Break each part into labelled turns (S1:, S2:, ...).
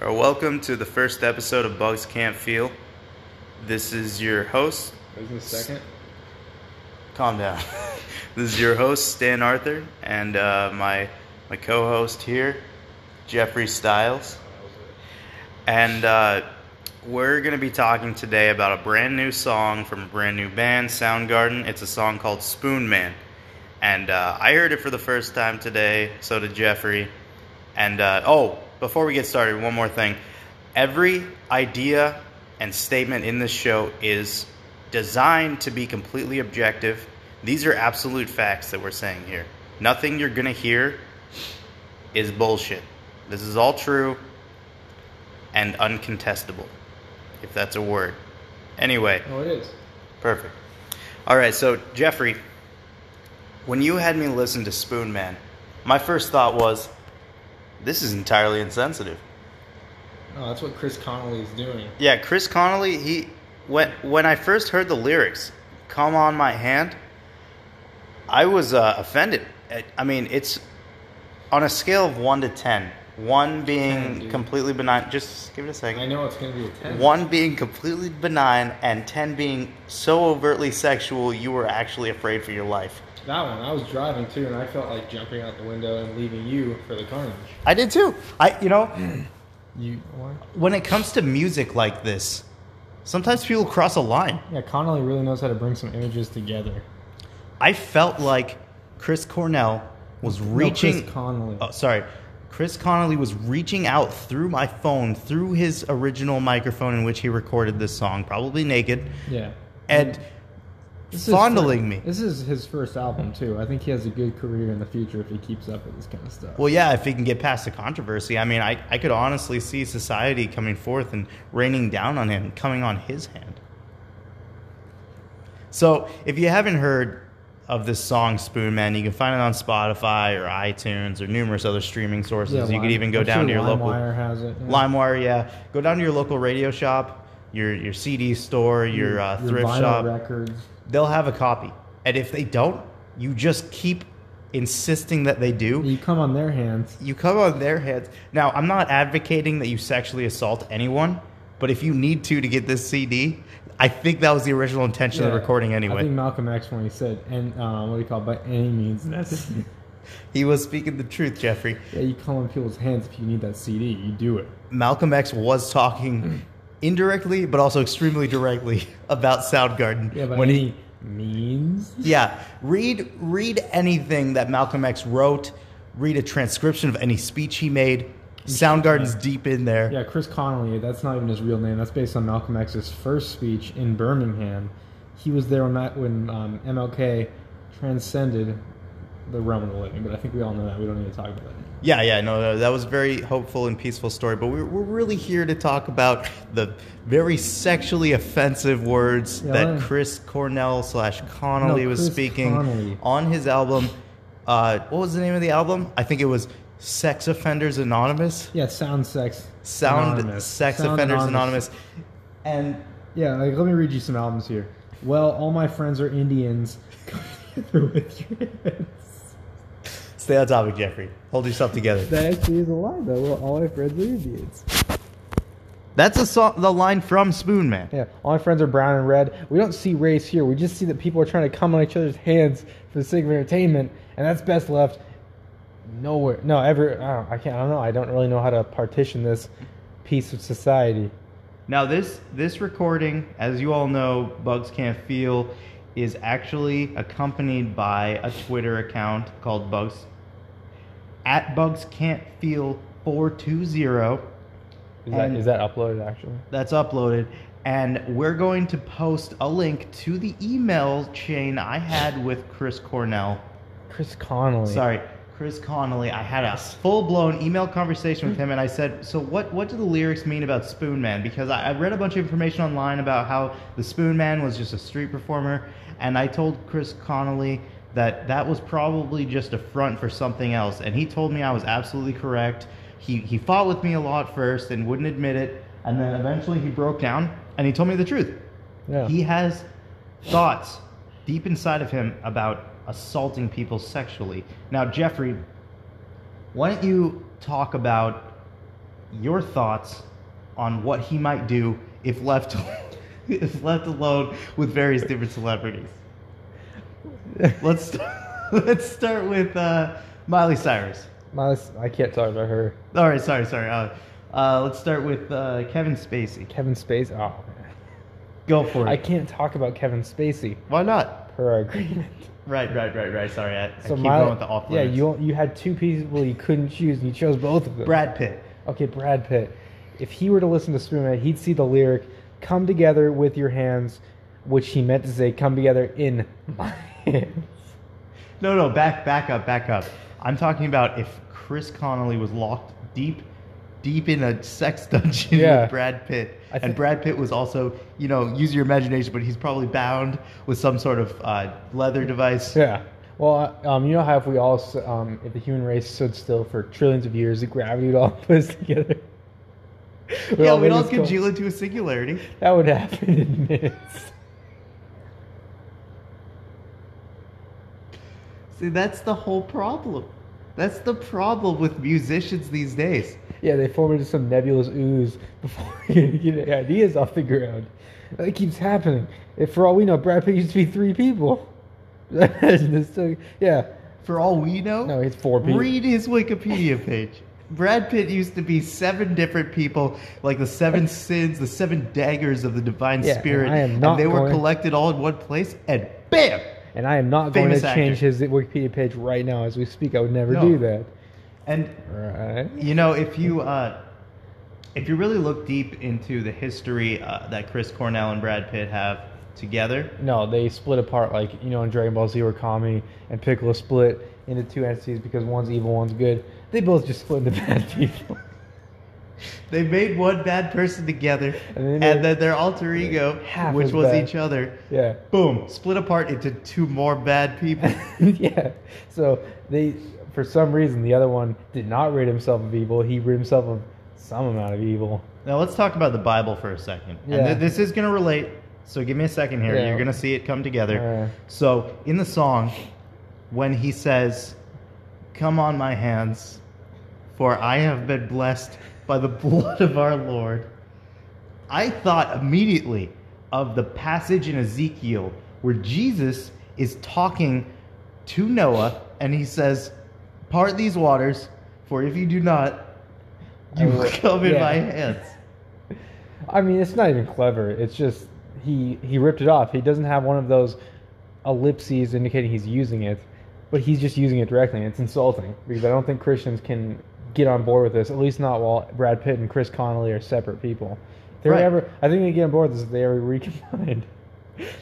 S1: Or welcome to the first episode of Bugs Can't Feel. This is your host.
S2: Isn't the second?
S1: Calm down. this is your host Stan Arthur and uh, my my co-host here, Jeffrey Styles. And uh, we're going to be talking today about a brand new song from a brand new band, Soundgarden. It's a song called Spoon Man. And uh, I heard it for the first time today, so did Jeffrey. And uh, oh, before we get started, one more thing. Every idea and statement in this show is designed to be completely objective. These are absolute facts that we're saying here. Nothing you're going to hear is bullshit. This is all true and uncontestable, if that's a word. Anyway,
S2: Oh, it is.
S1: perfect. All right, so Jeffrey, when you had me listen to Spoon Man, my first thought was, this is entirely insensitive.
S2: Oh, that's what Chris Connolly is doing.
S1: Yeah, Chris Connolly, he when when I first heard the lyrics, "Come on my hand," I was uh, offended. I, I mean, it's on a scale of one to ten. One
S2: Ten,
S1: being
S2: dude.
S1: completely benign. Just give it a
S2: I
S1: second.
S2: know it's gonna be a ten.
S1: One being completely benign, and ten being so overtly sexual you were actually afraid for your life.
S2: That one. I was driving too, and I felt like jumping out the window and leaving you for the carnage.
S1: I did too. I, you know,
S2: You what?
S1: when it comes to music like this, sometimes people cross a line.
S2: Yeah, Connolly really knows how to bring some images together.
S1: I felt like Chris Cornell was
S2: no,
S1: reaching.
S2: Chris Connolly.
S1: oh, sorry. Chris Connolly was reaching out through my phone, through his original microphone in which he recorded this song, probably naked,
S2: yeah.
S1: and
S2: This is
S1: fondling
S2: fir-
S1: me.
S2: This is his first album too. I think he has a good career in the future if he keeps up with this kind of stuff.
S1: Well, yeah, if he can get past the controversy, I mean, I, I could honestly see society coming forth and raining down on him, coming on his hand. So, if you haven't heard of this song, Spoon Man, you can find it on Spotify or iTunes or numerous other streaming sources.
S2: yeah,
S1: you
S2: Lime-
S1: could even go
S2: I'm
S1: down
S2: sure
S1: to your local.
S2: LimeWire has it. yeah.
S1: LimeWire, yeah. Go down to your local radio shop, your your CD store, your, uh, thrift
S2: Mm, vinyl
S1: shop.
S2: records.
S1: They'll have a copy, and if they don't, you just keep insisting that they do.
S2: You come on their hands.
S1: You come on their heads. Now, I'm not advocating that you sexually assault anyone, but if you need to to get this CD, I think that was the original intention of the
S2: Yeah.
S1: recording
S2: I
S1: anyway.
S2: think Malcolm X when he said, "And uh, what do you call it? by any means necessary."
S1: He was speaking the truth, Jeffrey.
S2: yeah, you come on people's hands if you need that CD. You do it.
S1: Malcolm X was
S2: Hmm.
S1: talking indirectly, but also extremely directly about Soundgarden
S2: Yeah, by
S1: when he
S2: any means.
S1: Yeah, read read anything that Malcolm X wrote. Read a transcription of any speech he made. Soundgarden's deep in there.
S2: Yeah, Chris Connolly. That's not even his real name. That's based on Malcolm X's first speech in Birmingham. He was there when that, when um, MLK transcended the realm of the living. But I think we all know that. We don't need to talk about it.
S1: Yeah, yeah, no, no, that was a very hopeful and peaceful story. But we're, we're really here to talk about the very sexually offensive words
S2: Yeah.
S1: that Chris Cornell slash Connolly
S2: No,
S1: was
S2: Chris
S1: speaking
S2: Connolly.
S1: on his album. Uh, what was the name of the album? I think it was Sex Offenders Anonymous.
S2: Yeah, sound sex.
S1: Sound
S2: Anonymous.
S1: Sex
S2: Sound
S1: Offenders Anonymous. And
S2: Yeah, like let me read you some albums here. Well, all my friends are Indians. Come together with your hands.
S1: Stay on topic, Jeffrey. Hold yourself together.
S2: That actually is a lie, though. Well, all my friends are Indians.
S1: That's a song, the line from Spoon Man.
S2: Yeah, all my friends are brown and red. We don't see race here. We just see that people are trying to come on each other's hands for the sake of entertainment, and that's best left nowhere. No, ever. I, don't, I can't. I don't know. I don't really know how to partition this piece of society.
S1: Now this this recording, as you all know, Bugs Can't Feel is actually accompanied by a Twitter account called Bugs at Bugs Can't Feel 420.
S2: Is that
S1: And-
S2: is that uploaded actually?
S1: That's uploaded. And we're going to post a link to the email chain I had with Chris Cornell.
S2: Chris Connolly.
S1: Sorry, Chris Connolly. I had a full blown email conversation with him, and I said, "So what? What do the lyrics mean about Spoon Man?" Because I, I read a bunch of information online about how the Spoon Man was just a street performer, and I told Chris Connolly that that was probably just a front for something else, and he told me I was absolutely correct. He he fought with me a lot first and wouldn't admit it, and then eventually he broke down and he told me the truth.
S2: Yeah.
S1: He has thoughts deep inside of him about assaulting people sexually. Now, Jeffrey, why don't you talk about your thoughts on what he might do if left if left alone with various different celebrities. Let's start, let's start with uh, Miley Cyrus.
S2: My, I can't talk about her.
S1: All right, sorry, sorry. Uh, uh, let's start with uh, Kevin Spacey.
S2: Kevin Spacey. Oh, man.
S1: Go for it.
S2: I can't talk about Kevin Spacey
S1: Why not?
S2: per our agreement.
S1: Right, right, right, right. Sorry, I, I
S2: So
S1: keep
S2: my,
S1: going with the off
S2: yeah,
S1: limits.
S2: you you had two people you couldn't choose, and you chose both of them.
S1: Brad Pitt.
S2: Okay, Brad Pitt. If he were to listen to Spoonhead, he'd see the lyric "Come together with your hands," which he meant to say "Come together in my hands."
S1: No, no, back, back up, back up. I'm talking about if Chris Connolly was locked deep, deep in a sex dungeon
S2: Yeah.
S1: with Brad Pitt,
S2: I thi-
S1: and Brad Pitt was also, you know, use your imagination, but he's probably bound with some sort of uh, leather device.
S2: Yeah. Well, uh, um, you know how if we all, s- um, if the human race stood still for trillions of years, the gravity would all put us together. We'd
S1: yeah,
S2: make
S1: we'd all
S2: us go-
S1: congeal into a singularity.
S2: That would happen in minutes.
S1: See, that's the whole problem. That's the problem with musicians these days.
S2: Yeah, they form into some nebulous ooze before you get any ideas off the ground. That keeps happening. If for all we know, Brad Pitt used to be three people. Imagine this thing. Yeah.
S1: For all we know,
S2: No, it's four people.
S1: Read his Wikipedia page. Brad Pitt used to be seven different people, like the seven sins, the seven daggers of the divine
S2: Yeah,
S1: spirit,
S2: and I am not
S1: they were
S2: going-
S1: collected all in one place, and bam!
S2: And I am not going
S1: Famous
S2: to change
S1: actor.
S2: his Wikipedia page right now as we speak. I would never
S1: No.
S2: do that.
S1: And
S2: Right.
S1: you know, if you uh, if you really look deep into the history uh, that Chris Cornell and Brad Pitt have together,
S2: No, they split apart like you know in Dragon Ball Z where Kami and Piccolo split into two entities because one's evil, one's good. They both just split into bad people.
S1: they made one bad person together,
S2: And
S1: and,
S2: they made
S1: then their alter ego,
S2: half
S1: which
S2: as
S1: was
S2: bad.
S1: each other,
S2: yeah.
S1: boom, split apart into two more bad people.
S2: yeah. So they for some reason the other one did not rid himself of evil, he rid himself of some amount of evil.
S1: Now let's talk about the Bible for a second. And
S2: Yeah.
S1: th- this is going to relate. So give me a second here.
S2: Yeah.
S1: You're going to see it come together.
S2: Alright.
S1: So in the song, when he says, "Come on my hands, for I have been blessed by the blood of our Lord," I thought immediately of the passage in Ezekiel where Jesus is talking to Noah and he says, "Part these waters, for if you do not,
S2: I
S1: you
S2: will-
S1: will come in
S2: yeah.
S1: my hands."
S2: I mean it's not even clever. It's just he he ripped it off. He doesn't have one of those ellipses indicating he's using it, but he's just using it directly and it's insulting because I don't think Christians can get on board with this, at least not while Brad Pitt and Chris Connolly are separate people. If They're
S1: Right.
S2: ever I think they get on board with this if they ever recombined.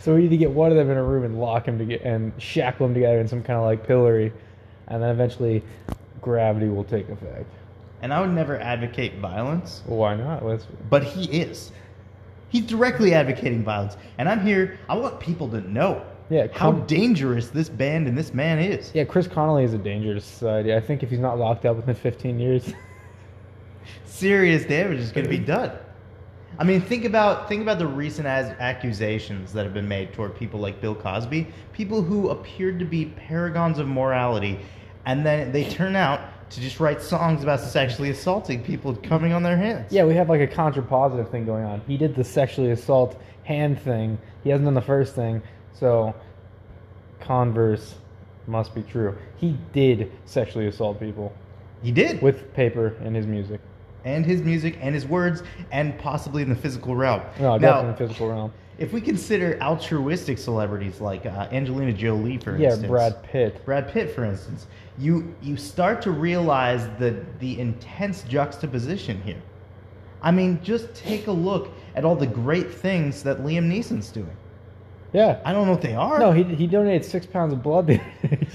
S2: So we need to get one of them in a room and lock him to get and shackle him together in some kind of like pillory, and then eventually gravity will take effect.
S1: And I would never advocate violence,
S2: Well, why not? Let's,
S1: but he is. He's directly advocating violence. And I'm here, I want people to know
S2: yeah,
S1: how
S2: come-
S1: dangerous this band and this man is.
S2: Yeah, Chris Connolly is a danger to society. I think if he's not locked up within 15 years,
S1: Serious damage is going to be done. I mean, think about think about the recent as- accusations that have been made toward people like Bill Cosby, people who appeared to be paragons of morality, and then they turn out to just write songs about sexually assaulting people coming on their hands.
S2: yeah, we have like a contrapositive thing going on. He did the sexually assault hand thing. He hasn't done the first thing, so converse must be true. He did sexually assault people
S1: He did.
S2: with paper and his music.
S1: and his music and his words and possibly in the physical realm.
S2: No, definitely in
S1: now,
S2: the physical realm.
S1: if we consider altruistic celebrities like uh, Angelina Jolie, for
S2: Yeah,
S1: instance,
S2: Brad Pitt.
S1: Brad Pitt, for instance, you you start to realize the the intense juxtaposition here. I mean, just take a look at all the great things that Liam Neeson's doing.
S2: Yeah.
S1: I don't know what they are.
S2: No, he, he donated six pounds of blood. the other day.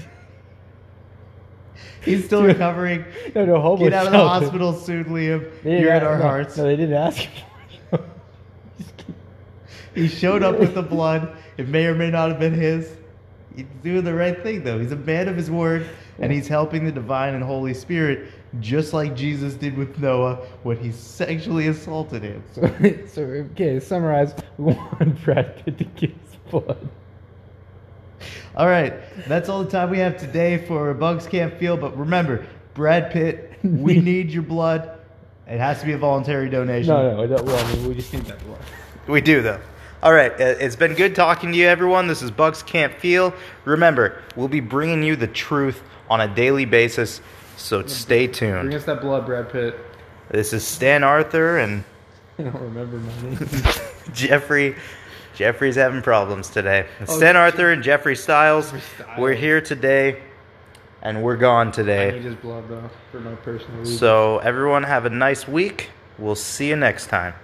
S1: he's still recovering.
S2: no, no, homeless.
S1: Get out of the
S2: shelter.
S1: hospital soon, Liam.
S2: They didn't
S1: You're in
S2: a-
S1: our
S2: no,
S1: hearts.
S2: No, they didn't ask him. for it. Just keep-
S1: He showed up with the blood. It may or may not have been his. He's doing the right thing, though. He's a man of his word, and he's helping the divine and Holy Spirit, just like Jesus did with Noah when he sexually assaulted him.
S2: So, so okay, to summarize, we want Brad Pitt to give his blood.
S1: All right, that's all the time we have today for Bugs Can't Feel. But remember, Brad Pitt, we need your blood.
S3: It has to be a voluntary donation.
S2: No, no, we don't. Well, I mean, we just need that one.
S1: We do, though. All right, uh, it's been good talking to you, everyone. This is Bucks Can't Feel. Remember, we'll be bringing you the truth on a daily basis, so stay
S2: Bring
S1: tuned.
S2: us that blood, Brad Pitt.
S1: This is Stan Arthur and
S2: I don't remember my name.
S1: Jeffrey. Jeffrey's having problems today. It's Stan Arthur and Jeffrey Styles.
S2: Jeffrey Styles.
S1: We're here today, and we're gone
S2: I
S1: today.
S2: need his blood though for no personal reason.
S1: So everyone have a nice week. We'll see you next time.